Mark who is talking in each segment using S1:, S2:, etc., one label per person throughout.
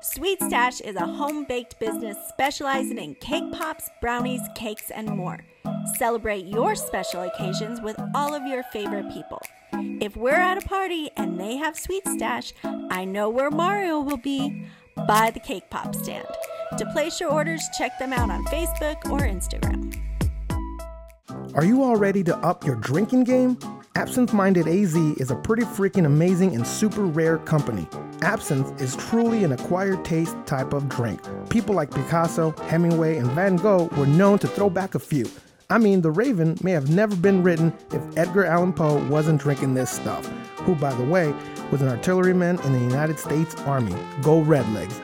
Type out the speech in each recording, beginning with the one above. S1: Sweet Stash is a home baked business specializing in cake pops, brownies, cakes, and more. Celebrate your special occasions with all of your favorite people. If we're at a party and they have Sweet Stash, I know where Mario will be by the cake pop stand. To place your orders, check them out on Facebook or Instagram.
S2: Are you all ready to up your drinking game? Absinthe Minded AZ is a pretty freaking amazing and super rare company. Absinthe is truly an acquired taste type of drink. People like Picasso, Hemingway, and Van Gogh were known to throw back a few. I mean, The Raven may have never been written if Edgar Allan Poe wasn't drinking this stuff, who, by the way, was an artilleryman in the United States Army. Go Redlegs.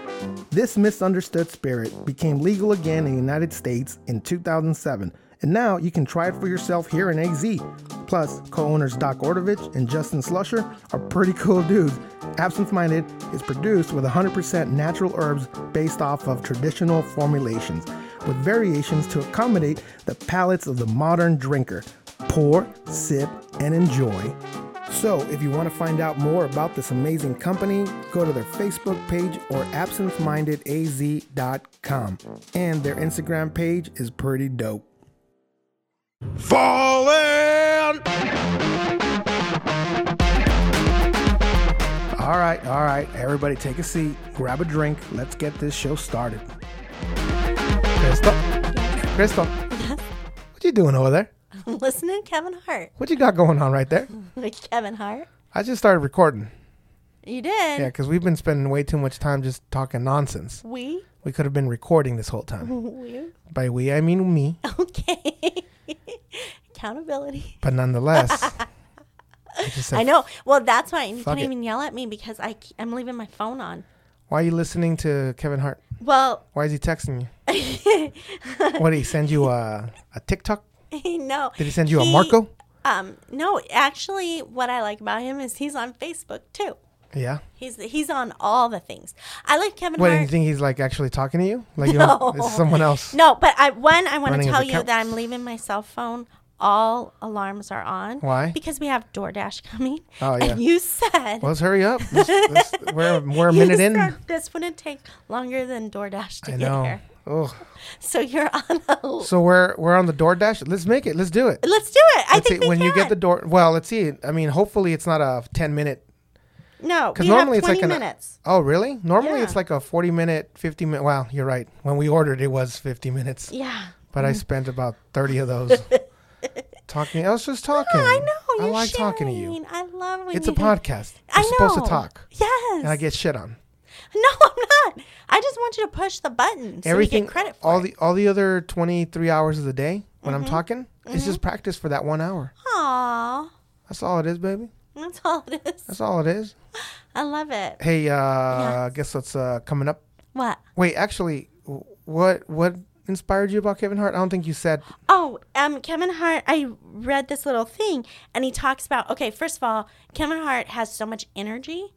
S2: This misunderstood spirit became legal again in the United States in 2007, and now you can try it for yourself here in AZ. Plus, co owners Doc Ordovich and Justin Slusher are pretty cool dudes. Absinthe Minded is produced with 100% natural herbs based off of traditional formulations, with variations to accommodate the palates of the modern drinker. Pour, sip, and enjoy. So, if you want to find out more about this amazing company, go to their Facebook page or absentmindedaz.com. And their Instagram page is pretty dope.
S3: Falling!
S2: All right, all right, everybody take a seat, grab a drink, let's get this show started. Crystal, Crystal, what you doing over there?
S1: Listening, Kevin Hart.
S2: What you got going on right there?
S1: Kevin Hart.
S2: I just started recording.
S1: You did.
S2: Yeah, because we've been spending way too much time just talking nonsense.
S1: We.
S2: We could have been recording this whole time.
S1: We.
S2: By we, I mean me,
S1: Okay. Accountability.
S2: but nonetheless. I just said,
S1: I know. Well, that's why you
S2: Fuck
S1: couldn't
S2: it.
S1: even yell at me because I, am leaving my phone on.
S2: Why are you listening to Kevin Hart?
S1: Well,
S2: Why is he texting you? what did he send you a a TikTok?
S1: no.
S2: Did he send you a Marco?
S1: Um, no. Actually, what I like about him is he's on Facebook too.
S2: Yeah.
S1: He's he's on all the things. I like Kevin
S2: What do you
S1: Hart.
S2: think he's like actually talking to you? Like you know, it's someone else.
S1: No, but I one I want to
S2: Running his
S1: tell you that
S2: accounts.
S1: I'm leaving my cell phone. All alarms are on.
S2: Why?
S1: Because we have DoorDash coming.
S2: Oh, yeah.
S1: And you said
S2: Well, let's hurry up. Let's, let's, we're we're a
S1: you
S2: minute in.
S1: said this wouldn't take longer than DoorDash to
S2: I
S1: get
S2: know.
S1: here.
S2: Oh,
S1: So you're on a.
S2: so we're we're on the DoorDash. Let's make it. Let's do it.
S1: Let's do it. I
S2: Let's see
S1: think we
S2: when you get the
S1: can.
S2: door. Well, let's see. I mean, hopefully it's not a ten minute.
S1: no.
S2: Because
S1: we have
S2: normally it's
S1: 20
S2: like an.
S1: minutes.
S2: Oh, really? Normally
S1: Yeah.
S2: it's like a forty minute, fifty minute. Wow, you're right. When we ordered, it was fifty minutes.
S1: Yeah.
S2: but I spent about 30 of those talking. I was just talking.
S1: Oh, I know.
S2: I
S1: you're
S2: like talking to you.
S1: sharing. I love when
S2: It's a
S1: you do-
S2: podcast.
S1: I
S2: I'm supposed to
S1: know.
S2: talk.
S1: Yes.
S2: And I get shit on.
S1: no, I'm not. I just want you to push the button so
S2: Everything
S1: you get credit for
S2: all
S1: it. Mm-hmm.
S2: the all the other 23 hours of the day when I'm talking, it's just practice for that 1 hour.
S1: Aw,
S2: That's all it is, baby.
S1: that's all it is.
S2: That's all it is.
S1: I love it.
S2: Hey, uh guess what's uh coming up?
S1: What?
S2: Wait, actually w- what what inspired you about Kevin Hart? I don't think you said.
S1: Oh, um, Kevin Hart. I read this little thing, and he talks about. Okay, first of all, Kevin Hart has so much energy,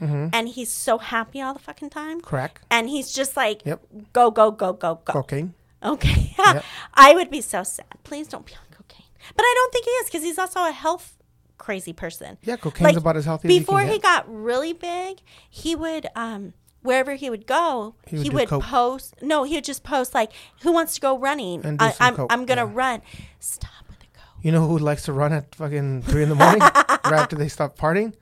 S2: Mm-hmm.
S1: and he's so happy all the fucking time.
S2: Crack.
S1: And he's just like,
S2: Yep.
S1: go, go, go, go, go.
S2: Cocaine.
S1: Okay. I would be so sad. Please don't be on cocaine. But I don't think he is because he's also a health crazy person.
S2: Yeah, cocaine's about as healthy as you can
S1: Before he
S2: get.
S1: got really big, he would um wherever he would go, he
S2: would
S1: would,
S2: do coke.
S1: post no, he would just post like, Who wants to go running?
S2: And do
S1: I,
S2: some
S1: I'm
S2: coke,
S1: I'm gonna
S2: yeah.
S1: run. Stop with the coke.
S2: You know who likes to run at fucking 3 in the morning right after they stop partying?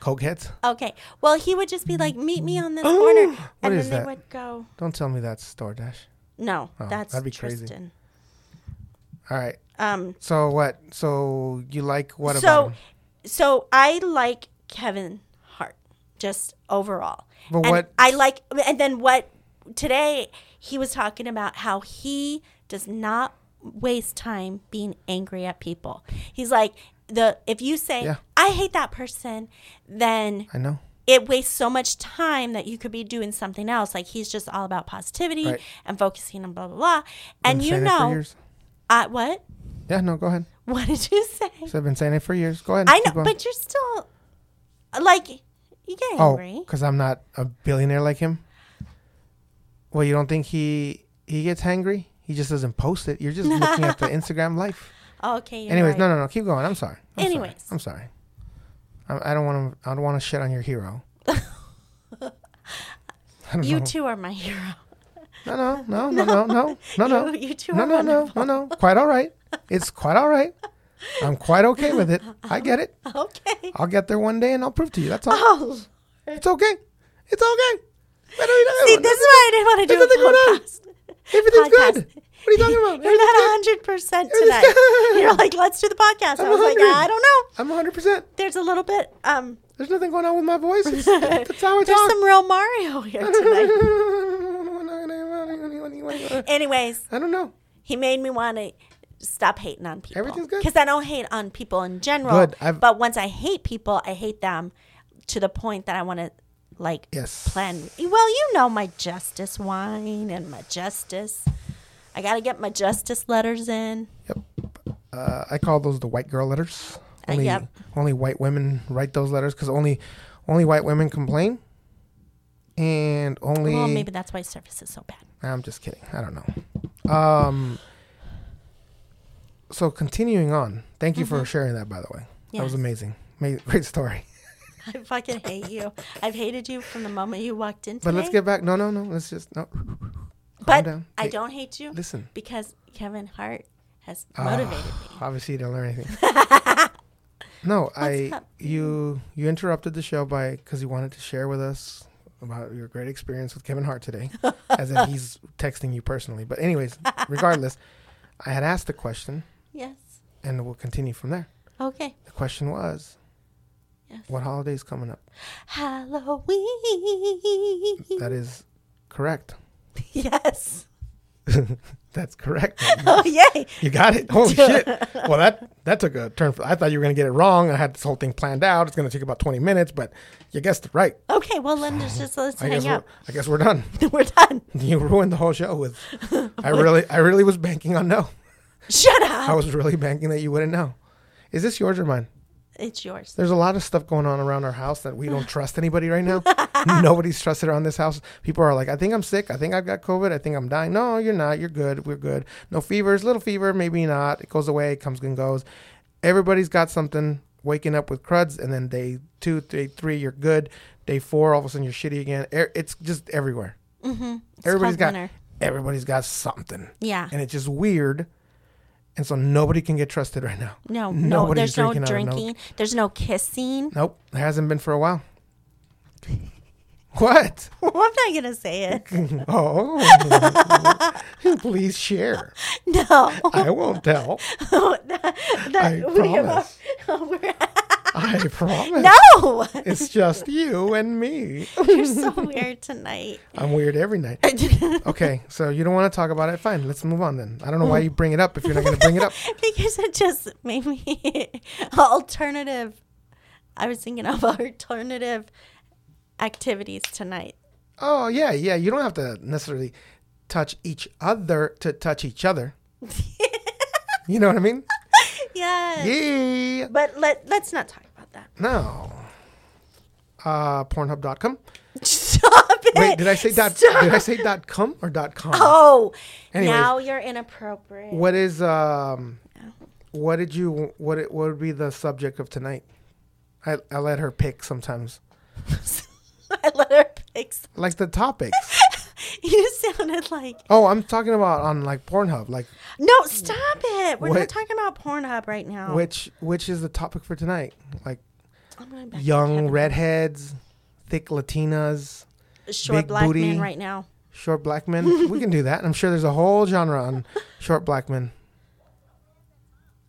S2: Cokeheads.
S1: Okay. Well he would just be like, Meet me on this corner and
S2: is
S1: then
S2: that?
S1: they would go
S2: Don't tell me that's DoorDash.
S1: No, that's
S2: that'd be crazy.
S1: Tristan.
S2: All right.
S1: Um
S2: So what? So you like what about?
S1: so
S2: him?
S1: so I like Kevin Hart just overall.
S2: But
S1: and
S2: what-
S1: I like and then what today he was talking about how he does not waste time being angry at people. He's like the if you say
S2: Yeah.
S1: I hate that person, then
S2: I know.
S1: it wastes so much time that you could be doing something else. Like he's just all about positivity
S2: Right.
S1: and focusing on blah blah blah. And
S2: Been
S1: you
S2: saying it for
S1: know,
S2: years.
S1: I, what?
S2: Yeah. No. Go ahead.
S1: What did you say?
S2: So I've been saying it for years. Go ahead.
S1: I
S2: keep
S1: know,
S2: on.
S1: but you're still like you get
S2: oh,
S1: angry.
S2: because I'm not a billionaire like him. Well, you don't think he he gets hangry? He just doesn't post it. You're just looking at the Instagram life.
S1: Oh, okay. You're
S2: Anyways,
S1: right.
S2: no, no, no. Keep going. I'm sorry. I'm sorry.
S1: Anyways.
S2: I'm sorry. I, I don't want to. I don't want to shit on your hero. I don't
S1: You
S2: know.
S1: two are my hero.
S2: No, no, no, no, no, no, no, no.
S1: You- you two
S2: no,
S1: are
S2: no, no, no, no. Quite all right. It's quite all right. I'm quite okay with it. I get it.
S1: Okay.
S2: I'll get there one day and I'll prove to you. That's all.
S1: Oh,
S2: It's okay. It's okay. What are you talking
S1: see,
S2: about?
S1: this is why I didn't want to
S2: nothing
S1: do
S2: going
S1: a
S2: on.
S1: podcast.
S2: Everything's
S1: podcast.
S2: good. What are you talking about?
S1: You're not hundred percent
S2: Everything's
S1: tonight.
S2: good.
S1: You're like, let's do the podcast. I
S2: I'm
S1: was like,
S2: 100.
S1: I don't know.
S2: I'm 100%.
S1: There's a little bit. Um,
S2: There's nothing going on with my voice. It's, that's how I
S1: there's
S2: talk.
S1: some real Mario here tonight. Anyways,
S2: I don't know.
S1: he made me want to stop hating on people.
S2: Everything's good.
S1: Because I don't hate on people in general.
S2: Good. I've-
S1: But once I hate people, I hate them to the point that I want to like
S2: Yes.
S1: plan. Well, you know my justice wine and my justice. I gotta get my justice letters in.
S2: Yep. Uh, I call those the white girl letters.
S1: Uh,
S2: Only,
S1: yep.
S2: only white women write those letters because only, only white women complain. And only.
S1: Well, maybe that's why service is so bad.
S2: I'm just kidding. I don't know. Um. So continuing on, thank you for sharing that. By the way, that was
S1: Mm-hmm. Yes.
S2: amazing. Ma- Great story.
S1: I fucking hate you. I've hated you from the moment you walked in.
S2: But let's
S1: today.
S2: get back. No, no, no. Let's just no.
S1: But
S2: down.
S1: I
S2: Hey,
S1: don't hate you.
S2: listen.
S1: because Kevin Hart has
S2: Ah.
S1: motivated me.
S2: Obviously, you don't learn anything. no, I
S1: up?
S2: you you interrupted the show by because you wanted to share with us about your great experience with Kevin Hart today, as if he's texting you personally. But anyways, regardless, I had asked the question,
S1: Yes.
S2: and we'll continue from there.
S1: Okay.
S2: The question was,
S1: Yes.
S2: what holiday's coming up?
S1: Halloween.
S2: That is correct.
S1: Yes.
S2: That's correct.
S1: Oh yay!
S2: You got it. Holy shit. Well, that that took a turn. For, I thought you were gonna get it wrong. I had this whole thing planned out. It's gonna take about twenty minutes, but you guessed it right.
S1: Okay, well Linda's just let's
S2: I guess
S1: hang
S2: we're,
S1: up.
S2: I guess we're done.
S1: We're done.
S2: You ruined the whole show with. I really I really was banking on no.
S1: Shut
S2: I
S1: up.
S2: was really banking that you wouldn't know. Is this yours or mine?
S1: It's yours.
S2: There's a lot of stuff going on around our house that we don't trust anybody right now. Nobody's trusted around this house. People are like, I think I'm sick. I think I've got COVID. I think I'm dying. No, you're not. You're good. We're good. No fevers, little fever, maybe not. It goes away, it comes and goes. Everybody's got something waking up with cruds, and then day two, day three, you're good. Day four, all of a sudden, you're shitty again. Er- It's just everywhere. Mm-hmm. Everybody's
S1: called
S2: got
S1: winter. Ah.
S2: everybody's got something,
S1: Yeah.
S2: and it's just weird. And so nobody can get trusted right now.
S1: No, no,
S2: Nobody's
S1: there's no
S2: drinking out of no-
S1: drinking. There's no kissing.
S2: Nope, there hasn't been for a while. What?
S1: I'm not gonna say it.
S2: Oh, please share.
S1: No.
S2: I won't tell.
S1: That- that-
S2: I
S1: we have-
S2: promise.
S1: we're-
S2: I promise.
S1: no!
S2: It's just you and me.
S1: You're so weird tonight.
S2: I'm weird every night. Okay, so you don't want to talk about it? Fine, let's move on then. I don't know why you bring it up if you're not going to bring it up.
S1: because it just made me alternative. I was thinking of alternative activities tonight.
S2: Oh, yeah, yeah. You don't have to necessarily touch each other to touch each other. You know what I mean?
S1: yeah.
S2: Yeah.
S1: But let let's not talk about that.
S2: No. Uh, Pornhub.com.
S1: Stop it.
S2: Wait, did I say dot?
S1: Stop.
S2: Did I say dot com or dot com?
S1: Oh,
S2: Anyways.
S1: now you're inappropriate.
S2: What is um? What did you what it- what would be the subject of tonight? I I let her pick sometimes.
S1: I let her pick. some-
S2: Like the topics.
S1: You sounded like
S2: oh, I'm talking about on like Pornhub. Like
S1: no. Stop it. We're
S2: What?
S1: not talking about Pornhub right now.
S2: which which is the topic for tonight? Like
S1: I'm going back to
S2: young
S1: Kevin.
S2: redheads, thick Latinas,
S1: short
S2: big
S1: black
S2: booty.
S1: man right now.
S2: short black men. we can do that. I'm sure there's a whole genre on short black men.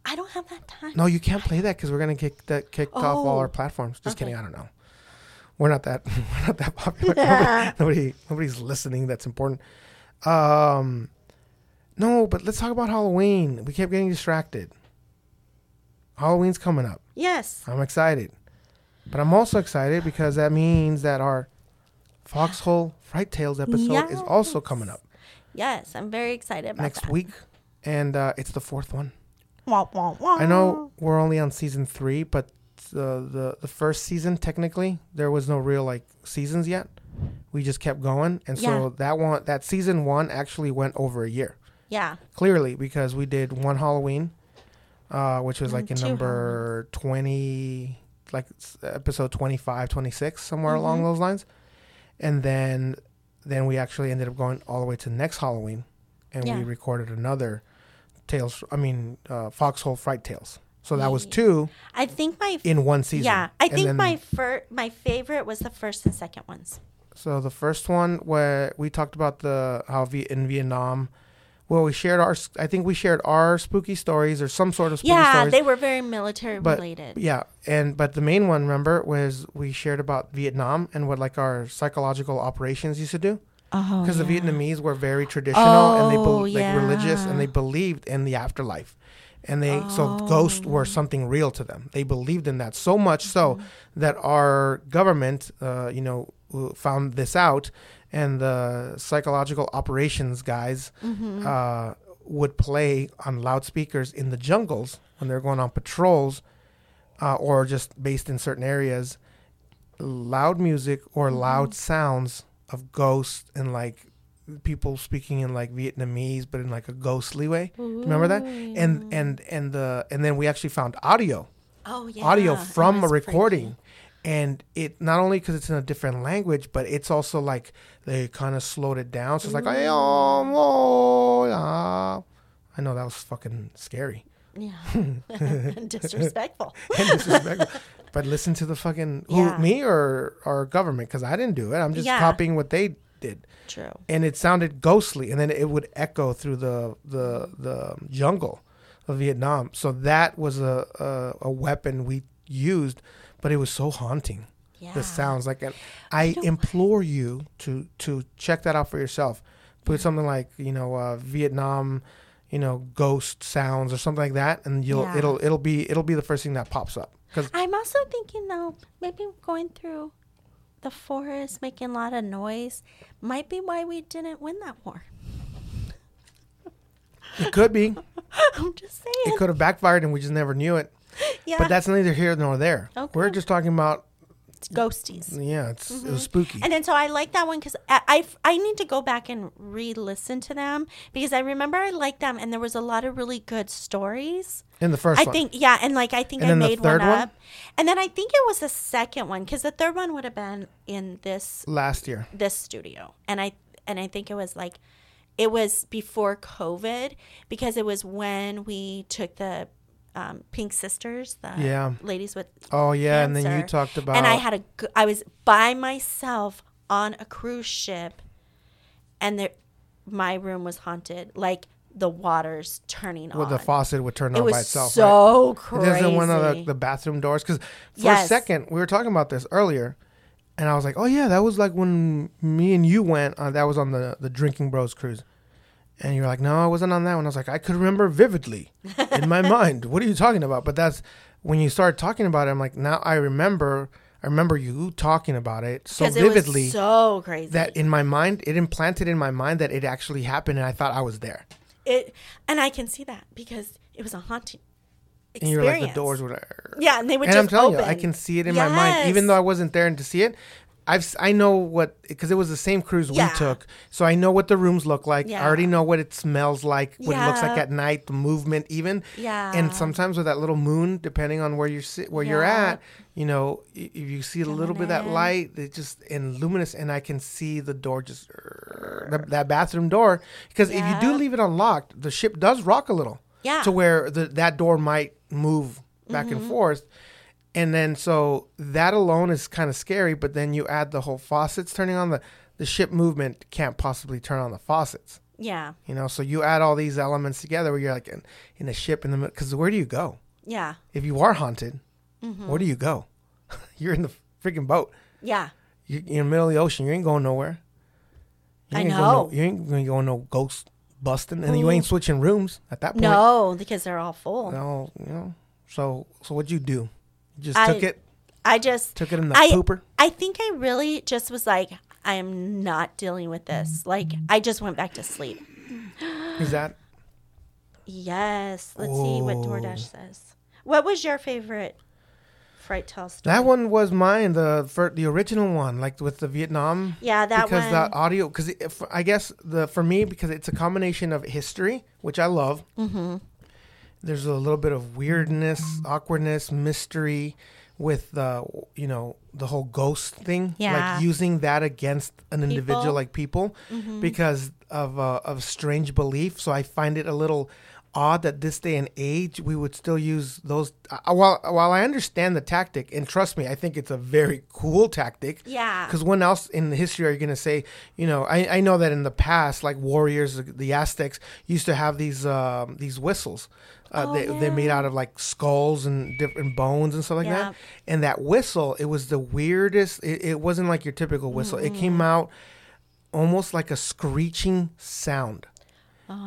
S1: I don't have that time.
S2: No, you can't play that because we're gonna get that kicked off all our
S1: Oh.
S2: platforms. Just
S1: Okay.
S2: kidding. I don't know. We're not that. We're not that popular. Nobody, nobody. Nobody's listening. That's important. Um, no, but let's talk about Halloween. We kept getting distracted. Halloween's coming up.
S1: Yes.
S2: I'm excited, but I'm also excited because that means that our Foxhole Fright Tales episode is also coming up
S1: Yes. I'm very excited about
S2: next
S1: that.
S2: week, and uh, it's the fourth one.
S1: Wah, wah, wah.
S2: I know we're only on season three, but the, the the first season technically there was no real like seasons yet. We just kept going, and so
S1: Yeah.
S2: that one that season one actually went over a year
S1: Yeah.
S2: clearly because we did one Halloween, uh, which was like in
S1: Mm, two
S2: number twenty,
S1: Mm-hmm.
S2: like s- episode 25, 26, somewhere along those lines, and then then we actually ended up going all the way to next Halloween, and
S1: Yeah.
S2: we recorded another tales. I mean, uh, Foxhole Fright Tales. So that was
S1: Ye-
S2: two
S1: I think my
S2: in one season.
S1: yeah, I
S2: And
S1: think
S2: then-
S1: my fir- my favorite was the first and second ones.
S2: So the first one where we talked about the how v- in Vietnam, well, we shared our. I think we shared our spooky stories or some sort of spooky
S1: yeah,
S2: stories.
S1: they were very military
S2: but
S1: related.
S2: yeah, and but the main one remember was we shared about Vietnam and what like our psychological operations used to do
S1: Oh,
S2: because the
S1: yeah.
S2: Vietnamese were very traditional and they
S1: Oh,
S2: bel like religious and
S1: yeah.
S2: they believed in the afterlife. And they so ghosts were something real to them. They believed in that so much so that our government, uh, you know, w- found this out, and the psychological operations guys uh, would play on loudspeakers in the jungles when they're going on patrols, uh, or just based in certain areas, loud music or loud sounds of ghosts and like people speaking in like Vietnamese, but in like a ghostly way. Do you Remember that? And and and the and then we actually found audio,
S1: Oh yeah,
S2: audio
S1: it
S2: from a
S1: was
S2: recording. And it not only because it's in a different language, but it's also like they kind of slowed it down. So it's like, "Ay, oh, whoa, ah." I know that was fucking scary.
S1: freaky. Yeah, disrespectful.
S2: and disrespectful. But listen to the fucking who,
S1: Yeah.
S2: me or or government because I didn't do it. I'm just
S1: Yeah.
S2: copying what they did,
S1: True.
S2: and it sounded ghostly, and then it would echo through the the the jungle of Vietnam. So that was a a, a weapon we used, but it was so haunting.
S1: Yeah.
S2: The sounds like, and I implore you to to check that out for yourself. Put something like you know uh, Vietnam, you know ghost sounds or something like that, and you'll
S1: Yeah.
S2: it'll it'll be it'll be the first thing that pops up because
S1: I'm also thinking though, maybe going through the forest, making a lot of noise, might be why we didn't win that war.
S2: It could be.
S1: I'm just
S2: It
S1: saying.
S2: could have backfired and we just never knew it.
S1: yeah.
S2: But that's neither here nor there.
S1: Okay.
S2: We're just talking about
S1: it's ghosties.
S2: yeah, it's it was spooky.
S1: Mm-hmm. And then so I like that one because I, I I need to go back and re-listen to them because I remember I liked them and there was a lot of really good stories.
S2: in the first
S1: I
S2: one.
S1: think yeah, and like I think
S2: And
S1: I
S2: then the
S1: made one
S2: third
S1: up,
S2: one?
S1: and then I think it was the second one because the third one would have been in this
S2: last year.
S1: this studio and i and i think it was like it was before covid because it was when we took the um, pink sisters the
S2: Yeah.
S1: ladies with
S2: Oh yeah, and then you
S1: cancer.
S2: talked about
S1: and i had a g- i was by myself on a cruise ship and there my room was haunted like the waters turning
S2: well,
S1: on
S2: the faucet would turn
S1: it
S2: on
S1: was
S2: by itself. right?
S1: so
S2: It
S1: crazy
S2: doesn't one of the, the bathroom doors because for a
S1: Yes.
S2: second we were talking about this earlier, and I was like, oh yeah, that was like when me and you went. Uh, that was on the the Drinking Bros cruise, and you were like, no, I wasn't on that one. I was like, I could remember vividly in my mind. What are you talking about? But that's when you started talking about it. I'm like, now I remember. I remember you talking about it so
S1: 'Cause it was
S2: vividly
S1: so crazy
S2: that in my mind it implanted in my mind that it actually happened, and I thought I was there.
S1: it and i can see that because it was a haunting
S2: And you
S1: experience
S2: were like, the doors were.
S1: Yeah, and they would
S2: and
S1: just
S2: I'm telling
S1: open.
S2: you, I can see it in my mind, even
S1: Yes.
S2: though I wasn't there and to see it. I've s- I know what because it was the same cruise
S1: Yeah.
S2: we took, so I know what the rooms look like. I
S1: Yeah.
S2: already know what it smells like, what it looks like
S1: Yeah.
S2: at night, the movement even.
S1: Yeah.
S2: And sometimes with that little moon, depending on where you sit, where you're
S1: Yeah.
S2: at, you know, i- if you see a little bit of that
S1: in.
S2: light, it just and luminous, and I can see the door just that, that bathroom door because if you do
S1: Yep.
S2: leave it unlocked, the ship does rock a little.
S1: Yeah. Mm-hmm.
S2: To where the, that door might move back and forth. And then so that alone is kind of scary, but then you add the whole faucets turning on the the ship movement can't possibly turn on the faucets.
S1: Yeah,
S2: You know, so you add all these elements together where you're like in, in a ship in the because where do you go
S1: yeah,
S2: if you are haunted?
S1: Mm-hmm.
S2: Where do you go? you're in the freaking boat.
S1: yeah.
S2: You're, you're in the middle of the ocean. You ain't going nowhere. You
S1: I
S2: ain't going no-
S1: know.
S2: you ain't going to go no ghost busting, and you ain't switching rooms at that point.
S1: No, because they're all full.
S2: No, you know. So, so what'd you do? You just
S1: I-
S2: took it,
S1: I just
S2: took it in the
S1: I,
S2: pooper.
S1: I think I really just was like, I am not dealing with this. Like, I just went back to sleep.
S2: Is that?
S1: Yes. Let's see what
S2: Whoa.
S1: DoorDash says. What was your favorite fright tale story?
S2: That one was mine. The fir- the original one, like with the Vietnam.
S1: Yeah, that
S2: because
S1: one.
S2: the audio, because I guess the for me because it's a combination of history, which I love. Mm-hmm. There's a little bit of weirdness, awkwardness, mystery, with the you know the whole ghost thing
S3: Yeah.
S2: like using that against an individual
S1: People. Mm-hmm.
S2: like people because of uh, of strange belief so i find it a little odd that this day and age we would still use those uh, while while i understand the tactic and trust me i think it's a very cool tactic
S1: Yeah.
S2: because when else in the history are you going to say you know I, I know that in the past like warriors the aztecs used to have these um, these whistles uh, they, they're made out of like skulls and different bones and stuff like
S1: Yeah.
S2: that and that whistle it was the weirdest it, it wasn't like your typical whistle it came out almost like a screeching sound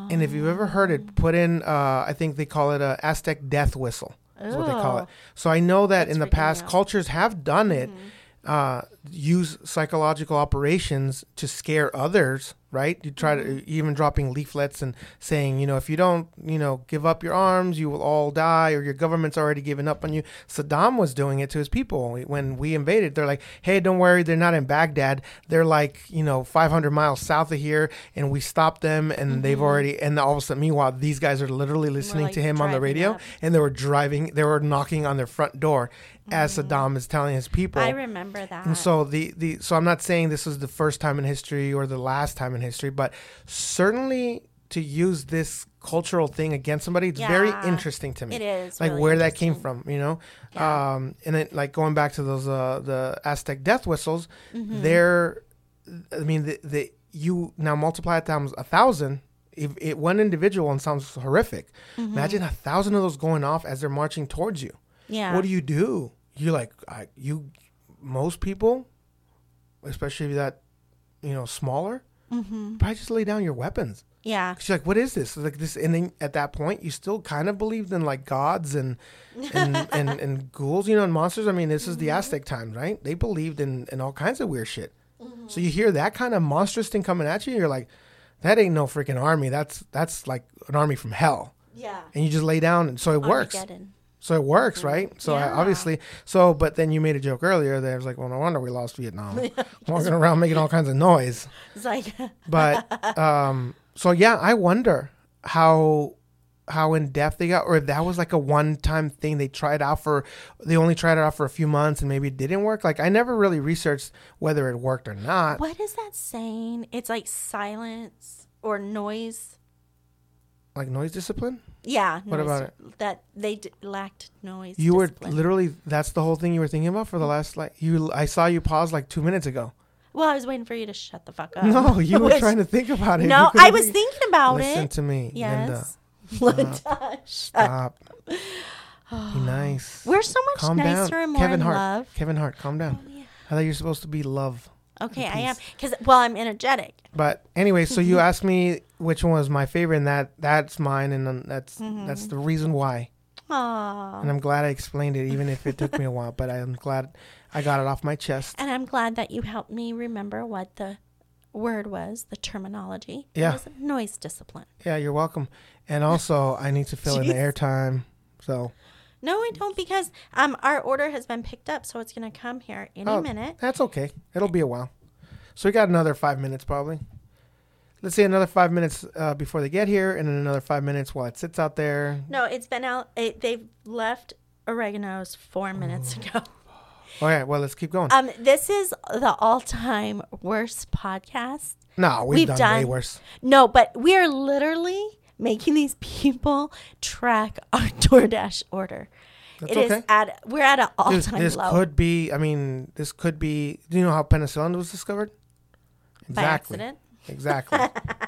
S2: and if you've ever heard it put in uh, i think they call it a aztec death whistle is what they call it so i know that in the past cultures have done it
S1: Mm-hmm.
S2: uh, use psychological operations to scare others right you try
S1: Mm-hmm.
S2: to even dropping leaflets and saying you know if you don't you know give up your arms you will all die or your government's already given up on you saddam was doing it to his people when we invaded they're like hey don't worry they're not in baghdad they're like you know 500 miles south of here and we stopped them and
S1: Mm-hmm.
S2: they've already and all of a sudden meanwhile these guys are literally listening to
S1: like,
S2: him on the
S1: driving
S2: radio
S1: up.
S2: and they were driving they were knocking on their front door as saddam is telling his people
S1: I remember that.
S2: and so the, the so I'm not saying this is the first time in history or the last time in history, but certainly to use this cultural thing against somebody, it's very
S1: Yeah.
S2: interesting to me.
S1: It is
S2: like
S1: really
S2: where that came from, you know. Um, and then like going back to those uh, the Aztec death whistles,
S1: Mm-hmm.
S2: they're I mean the, the you now multiply it times a thousand. If it one individual and sounds horrific,
S1: Mm-hmm.
S2: imagine a thousand of those going off as they're marching towards you
S1: yeah.
S2: what do you do? You're like, I, you, most people, especially that, you know, smaller, probably just lay down your weapons.
S1: yeah.
S2: She's like, what is this? Like this, and then at that point, you still kind of believed in like gods and and and, and ghouls, you know, and monsters. I mean, this is the Aztec time, right? They believed in in all kinds of weird shit. So you hear that kind of monstrous thing coming at you, you're like, that ain't no freaking army. That's that's like an army from hell.
S1: Yeah.
S2: And you just lay down, and so it works.
S1: Armageddon.
S2: So it works, right? So I,
S1: Mm-hmm. Yeah.
S2: obviously, so but then you made a joke earlier that I was like, well, no wonder we lost Vietnam, walking around making all kinds of noise.
S1: It's like
S2: But um, so yeah, I wonder how how in depth they got, or if that was like a one time thing they tried out for. They only tried it out for a few months and maybe it didn't work. Like I never really researched whether it worked or not.
S1: what is that saying? It's like silence or noise.
S2: Like noise discipline.
S1: Yeah.
S2: What
S1: noise.
S2: about
S1: That they d- lacked noise.
S2: You
S1: discipline. Mm-hmm.
S2: were literally that's the whole thing you were thinking about for the last like you. I saw you pause like two minutes ago.
S1: Well, I was waiting for you to shut the fuck up.
S2: No, you were
S1: Uh, Which-
S2: trying to think about it. You
S1: No,
S2: couldn't
S1: I was
S2: think-
S1: thinking about
S2: Listen
S1: it.
S2: to me, Linda.
S1: yes. Linda, shut-
S2: Stop. Be nice.
S1: We're so much
S2: calm
S1: Uh, nicer
S2: down.
S1: and more
S2: Kevin
S1: in
S2: Hart.
S1: love. Oh,
S2: Kevin Hart, calm down. I thought you were supposed to be love.
S1: Okay, I am because well, I'm energetic.
S2: But anyway, so you asked me which one was my favorite, and that that's mine, and um, that's
S1: Mm-hmm.
S2: that's the reason why.
S1: Aww.
S2: And I'm glad I explained it, even if it took me a while. But I'm glad I got it off my chest.
S1: And I'm glad that you helped me remember what the word was, the terminology. It
S2: Yeah.
S1: was noise discipline.
S2: Yeah, you're welcome. And also, I need to fill in the airtime. So
S1: No, I don't because um our order has been picked up, so it's gonna come here any
S2: Oh,
S1: minute.
S2: That's okay. It'll be a while. So we got another five minutes probably. Let's say another five minutes uh, before they get here, and then another five minutes while it sits out there.
S1: No, it's been out. It, they've left oregano's four minutes
S2: Oh.
S1: ago.
S2: All right. Well, let's keep going.
S1: Um, this is the all-time worst podcast.
S2: no, we've,
S1: we've
S2: done, way
S1: done-
S2: worse.
S1: No, but we are literally making these people track our DoorDash order. It
S2: That's
S1: is
S2: okay.
S1: at we're at an
S2: This,
S1: all-time
S2: this
S1: low.
S2: could be. I mean, this could be. Do you know how penicillin was discovered?
S1: By
S2: Exactly.
S1: accident?
S2: Exactly.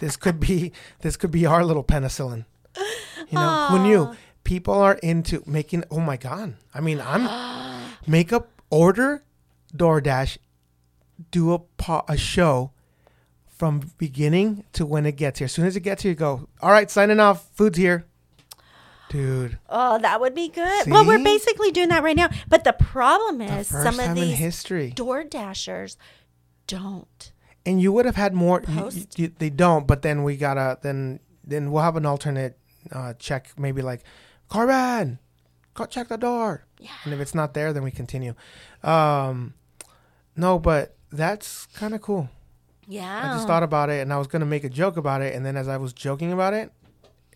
S2: this could be. This could be our little penicillin. You know who knew? People are into making. Oh my god! I mean, I'm makeup order, DoorDash, do a po- a show. From beginning to when it gets here. As soon as it gets here, you go, all right, signing off. Food's here. Dude,
S1: Oh, that would be good. Well, we're
S2: See?
S1: basically doing that right now. But the problem
S2: the
S1: is
S2: first
S1: some
S2: time
S1: of
S2: in
S1: these
S2: history.
S1: door dashers don't.
S2: and you would have had more. you- you-
S1: Post?
S2: you- they don't, but then we gotta then then we'll have an alternate uh, check, maybe like Corbin, go check the door. Yeah. And if it's not there, then we continue. Um, no, but that's kind of cool.
S1: Yeah. Oh.
S2: I just thought about it, and I was gonna make a joke about it, and then as I was joking about it,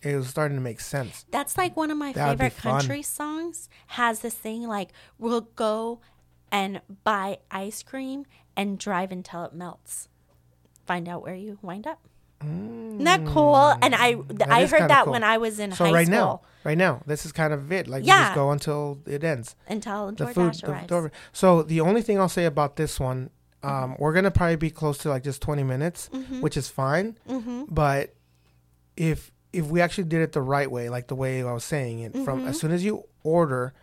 S2: it was starting to make sense.
S1: That's like one of my
S2: That would be
S1: favorite
S2: fun.
S1: country songs has this thing like we'll go and buy ice cream and drive until it melts. Find out where you wind up. Isn't that cool? And I th- I
S2: Mm. is
S1: heard
S2: kinda
S1: that
S2: cool.
S1: when I was in
S2: So
S1: high
S2: right
S1: school
S2: now, right now, this is kind of it. Like you
S1: Yeah.
S2: just go until it ends.
S1: until
S2: The
S1: DoorDash
S2: food, the
S1: arrives.
S2: door- So the only thing I'll say about this one, um, we're gonna probably be close to like just twenty minutes, which is fine. But if if we actually did it the right way, like the way I was saying it, from as soon as you order,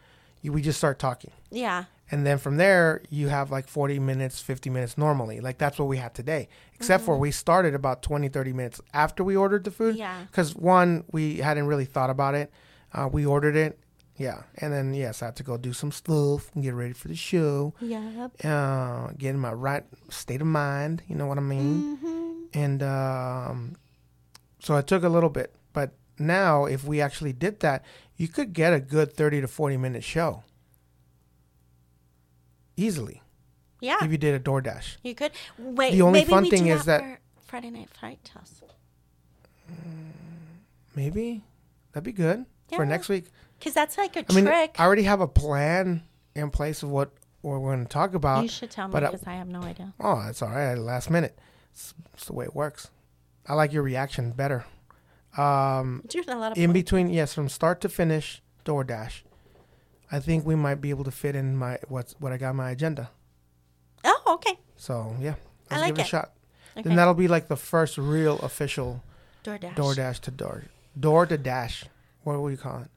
S2: you, we just start talking.
S1: yeah.
S2: And then from there, you have like 40 minutes, 50 minutes normally. Like that's what we had today. Except for we started about 20, 30 minutes after we ordered the food.
S1: Yeah.
S2: Because one, we hadn't really thought about it. Uh, we ordered it. Yeah. And then, yes, I had to go do some stuff and get ready for the show.
S1: Yep.
S2: Uh, get in my right state of mind. You know what I mean? And um, so it took a little bit. But now, if we actually did that, you could get a good 30 to 40 minute show easily
S1: Yeah.
S2: if you did a DoorDash.
S1: You could wait.
S2: The only
S1: maybe
S2: fun
S1: we
S2: thing
S1: do
S2: is
S1: that,
S2: that-
S1: for Friday Night Fright House
S2: Maybe that'd be good for
S1: Yeah.
S2: next week.
S1: because that's like a
S2: I mean,
S1: trick.
S2: I already have a plan in place of what we're going to talk about.
S1: you should tell me
S2: uh, but I-
S1: because I have no idea.
S2: Oh, that's all right. At the last minute, it's, it's the way it works. I like your reaction better. Um,
S1: Dude, a lot of
S2: in between, yes, from start to finish, DoorDash. I think we might be able to fit in my what's what I got on my agenda.
S1: oh, okay.
S2: So yeah,
S1: I
S2: let's
S1: like
S2: give it a
S1: it.
S2: shot.
S1: Okay.
S2: Then that'll be like the first real official
S1: DoorDash.
S2: DoorDash to door, door to dash. What would you call it?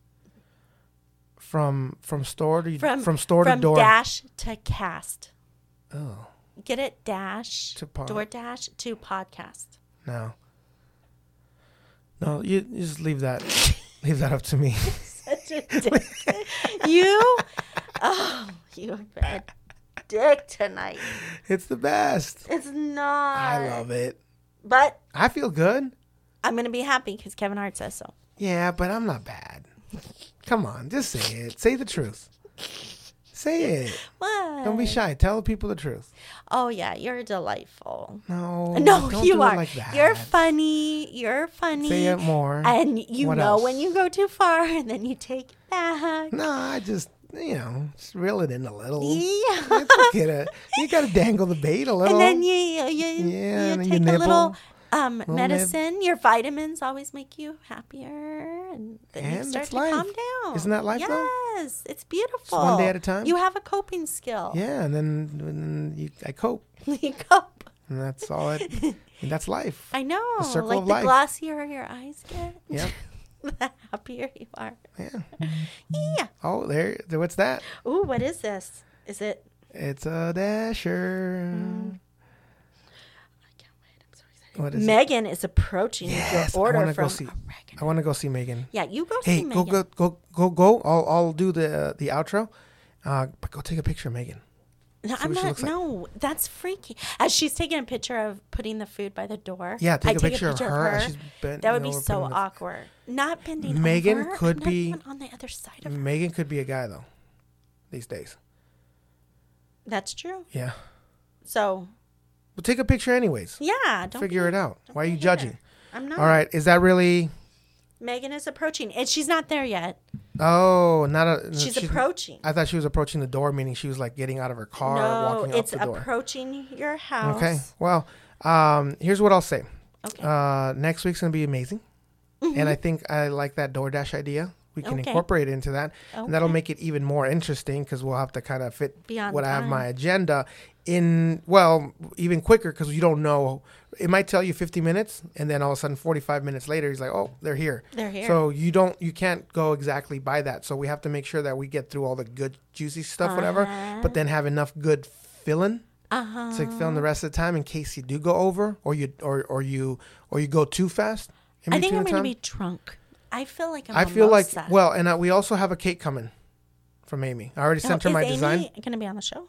S2: From from store to from, store
S1: from
S2: to door.
S1: dash to cast.
S2: Oh
S1: Get it dash
S2: To pod-
S1: door dash to podcast.
S2: no. No, you, you just leave that leave that up to me.
S1: Such a dick. you, oh, you are a dick tonight.
S2: it's the best.
S1: It's not.
S2: I love it.
S1: But
S2: I feel good.
S1: I'm gonna be happy because Kevin Hart says so.
S2: Yeah, but I'm not bad. Come on, just say it. Say the truth. Say it.
S1: What?
S2: Don't be shy. Tell people the truth.
S1: oh yeah, you're delightful.
S2: No.
S1: No,
S2: don't
S1: you
S2: do it
S1: are.
S2: like that.
S1: You're funny. You're funny.
S2: Say it more.
S1: And you
S2: What
S1: know
S2: else?
S1: when you go too far, and then you take it back.
S2: No, I just you know just reel it in a little.
S1: Yeah.
S2: It's okay to- you gotta dangle the bait a little.
S1: And then you you, you,
S2: Yeah,
S1: you
S2: and then you
S1: take a little
S2: nibble.
S1: um,
S2: nib.
S1: medicine. Your vitamins always make you happier, and then you
S2: And
S1: start
S2: it's
S1: to
S2: life.
S1: calm down.
S2: Isn't that life,
S1: yes,
S2: though?
S1: it's beautiful.
S2: one day at a time.
S1: You have a coping skill.
S2: yeah, and then, and then you, I cope,
S1: you cope.
S2: and that's all. It, and that's life.
S1: I know.
S2: circle
S1: like
S2: of
S1: the
S2: life.
S1: glossier your eyes get,
S2: Yeah,
S1: the happier you are.
S2: yeah.
S1: Yeah.
S2: Oh, there. there- What's that?
S1: Ooh, what is this? Is it?
S2: It's a dasher.
S1: Mm. I can't wait. I'm so excited.
S2: What is it?
S1: Megan is approaching with
S2: Yes, I
S1: your order
S2: wanna go
S1: from
S2: see-
S1: Oregano.
S2: I want to go see Megan.
S1: Yeah, you go
S2: Hey,
S1: see
S2: go
S1: Megan.
S2: go go go go. I'll I'll do the the outro. Uh, but go take a picture of Megan.
S1: No, I'm
S2: what she
S1: not.
S2: looks like.
S1: No, that's freaky. As she's taking a picture of putting the food by the door.
S2: Yeah,
S1: I
S2: take a picture of her as she's bending
S1: that would be
S2: over,
S1: so
S2: putting the-
S1: awkward. Not bending.
S2: Megan
S1: over,
S2: could
S1: and
S2: be- Mm.
S1: not even on the other side of. her.
S2: Megan could be a guy though. These days.
S1: That's true.
S2: Yeah.
S1: So
S2: Well, take a picture anyways.
S1: yeah, don't
S2: Figure it out. Why are you
S1: be
S2: judging?
S1: here. I'm not.
S2: All right. Is that really?
S1: Megan is approaching, and she's not there yet.
S2: Oh, not a.
S1: She's, approaching.
S2: I thought she was approaching the door, meaning she was like getting out of her car,
S1: no,
S2: walking
S1: it's
S2: up the door.
S1: approaching your house.
S2: Okay. Well, um, here's what I'll say.
S1: Okay.
S2: Uh, next week's gonna be amazing, and I think I like that DoorDash idea. We can
S1: Mm-hmm. Okay.
S2: incorporate it into that, and that'll
S1: Okay.
S2: make it even more interesting because we'll have to kind of fit
S1: Be on
S2: what I have
S1: time.
S2: my agenda in. Well, even quicker because you don't know. It might tell you 50 minutes, and then all of a sudden, 45 minutes later, he's like, "Oh, they're here."
S1: They're here.
S2: So you don't, you can't go exactly by that. So we have to make sure that we get through all the good, juicy stuff, whatever,
S1: Uh-huh.
S2: but then have enough good filling
S1: Uh huh.
S2: to film the rest of the time in case you do go over or you or or you or you go too fast. In
S1: I think
S2: between
S1: I'm
S2: the
S1: going to
S2: time.
S1: be drunk. I feel like I'm.
S2: I feel like
S1: mimosa.
S2: well, and uh we also have a cake coming from Amy. I already
S1: Now,
S2: sent her
S1: Oh, is
S2: my
S1: Amy
S2: design.
S1: Going to be on the show?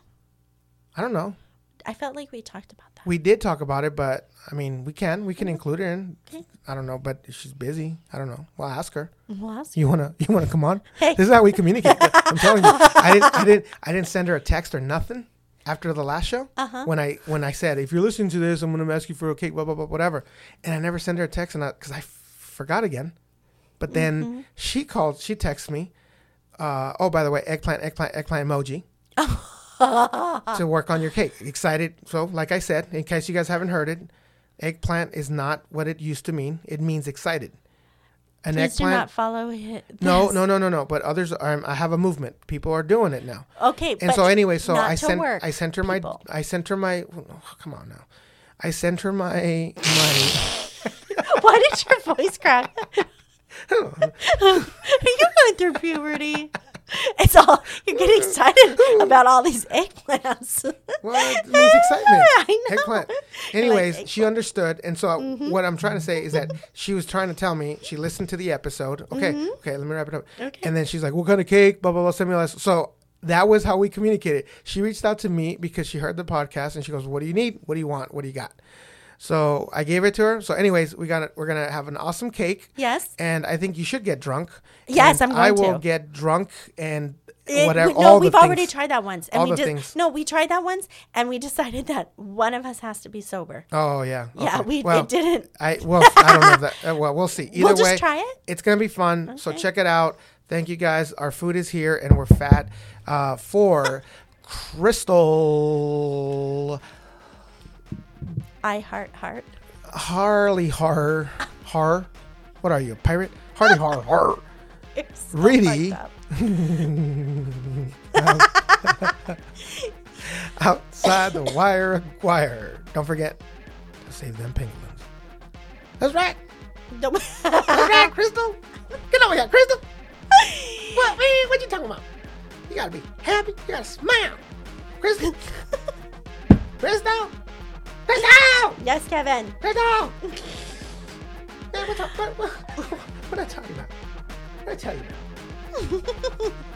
S2: I don't know.
S1: I felt like we talked about that.
S2: We did talk about it, but I mean, we can we can include her in.
S1: Mm-hmm. Okay.
S2: I don't know, but she's busy. I don't know. Well, ask her.
S1: We'll ask
S2: You wanna you wanna come on?
S1: Hey.
S2: This is how we communicate. I'm telling you, I didn't I didn't I didn't send her a text or nothing after the last show.
S1: Uh-huh.
S2: When I when I said if you're listening to this, I'm gonna ask you for a cake, blah blah blah, whatever, and I never sent her a text, and because I, 'cause I forgot again. But then
S3: Mm-hmm.
S2: she called, she texted me. Uh, oh, by the way, eggplant, eggplant, eggplant emoji
S3: Ah.
S2: to work on your cake. Excited. So, like I said, in case you guys haven't heard it, eggplant is not what it used to mean. It means excited. An
S3: Please do not follow him.
S2: No, no, no, no, no. But others, are, I have a movement. People are doing it now.
S1: Okay,
S2: And
S1: but
S2: so anyway, so
S1: not
S2: I
S1: to
S2: sent,
S1: work,
S2: I sent her
S1: people.
S2: my, I sent her my. oh, come on now, I sent her my my.
S3: Why did your voice crack?
S2: oh,
S3: Are you going through puberty?
S1: It's all you're getting excited about all these eggplants.
S2: Well, it means excitement.
S1: I know.
S2: Eggplant. Anyways, she understood, and so
S3: Mm-hmm.
S2: what I'm trying to say is that she was trying to tell me she listened to the episode. Okay,
S3: Mm-hmm.
S2: okay, let me wrap it up. Okay. And then she's like, "What kind of cake?" Blah blah blah. Send me all this. So that was how we communicated. She reached out to me because she heard the podcast, and she goes, "What do you need? What do you want? What do you got?" So I gave it to her. So, anyways, we got it. We're gonna have an awesome cake.
S3: Yes.
S2: And I think you should get drunk.
S3: Yes,
S2: And
S3: I'm
S2: I
S3: going
S2: will
S3: to.
S2: get drunk and
S3: It-
S2: whatever.
S3: we- no,
S2: all the
S3: we've already
S2: things.
S3: tried that once, and
S2: All
S3: we
S2: the
S3: just
S2: things.
S3: no, we tried that once, and we decided that one of us has to be sober.
S2: Oh yeah.
S3: Yeah,
S2: Okay.
S3: we it
S2: Well,
S3: didn't.
S2: I well, I don't know if that. Uh, well, we'll see. Either
S3: We'll just
S2: way,
S3: try it.
S2: It's gonna be fun. So check it out. Thank you guys. Our food is here, and we're fat. Uh, for Crystal
S3: I heart heart.
S2: Harley Har Har, what are you, a pirate? Harley Har Har.
S3: It's so fucked
S2: Really?
S3: up.
S2: Outside the wire acquire. Don't forget to save them penguins. That's right.
S3: Don't-
S2: That's right, Crystal. Get over here, Crystal. What man? What you talking about? You gotta be happy. You gotta smile, Crystal. Crystal. Crystal.
S3: yes, Kevin.
S2: Crystal. Man, what, the- what, what, what I tell you about? What I tell you about?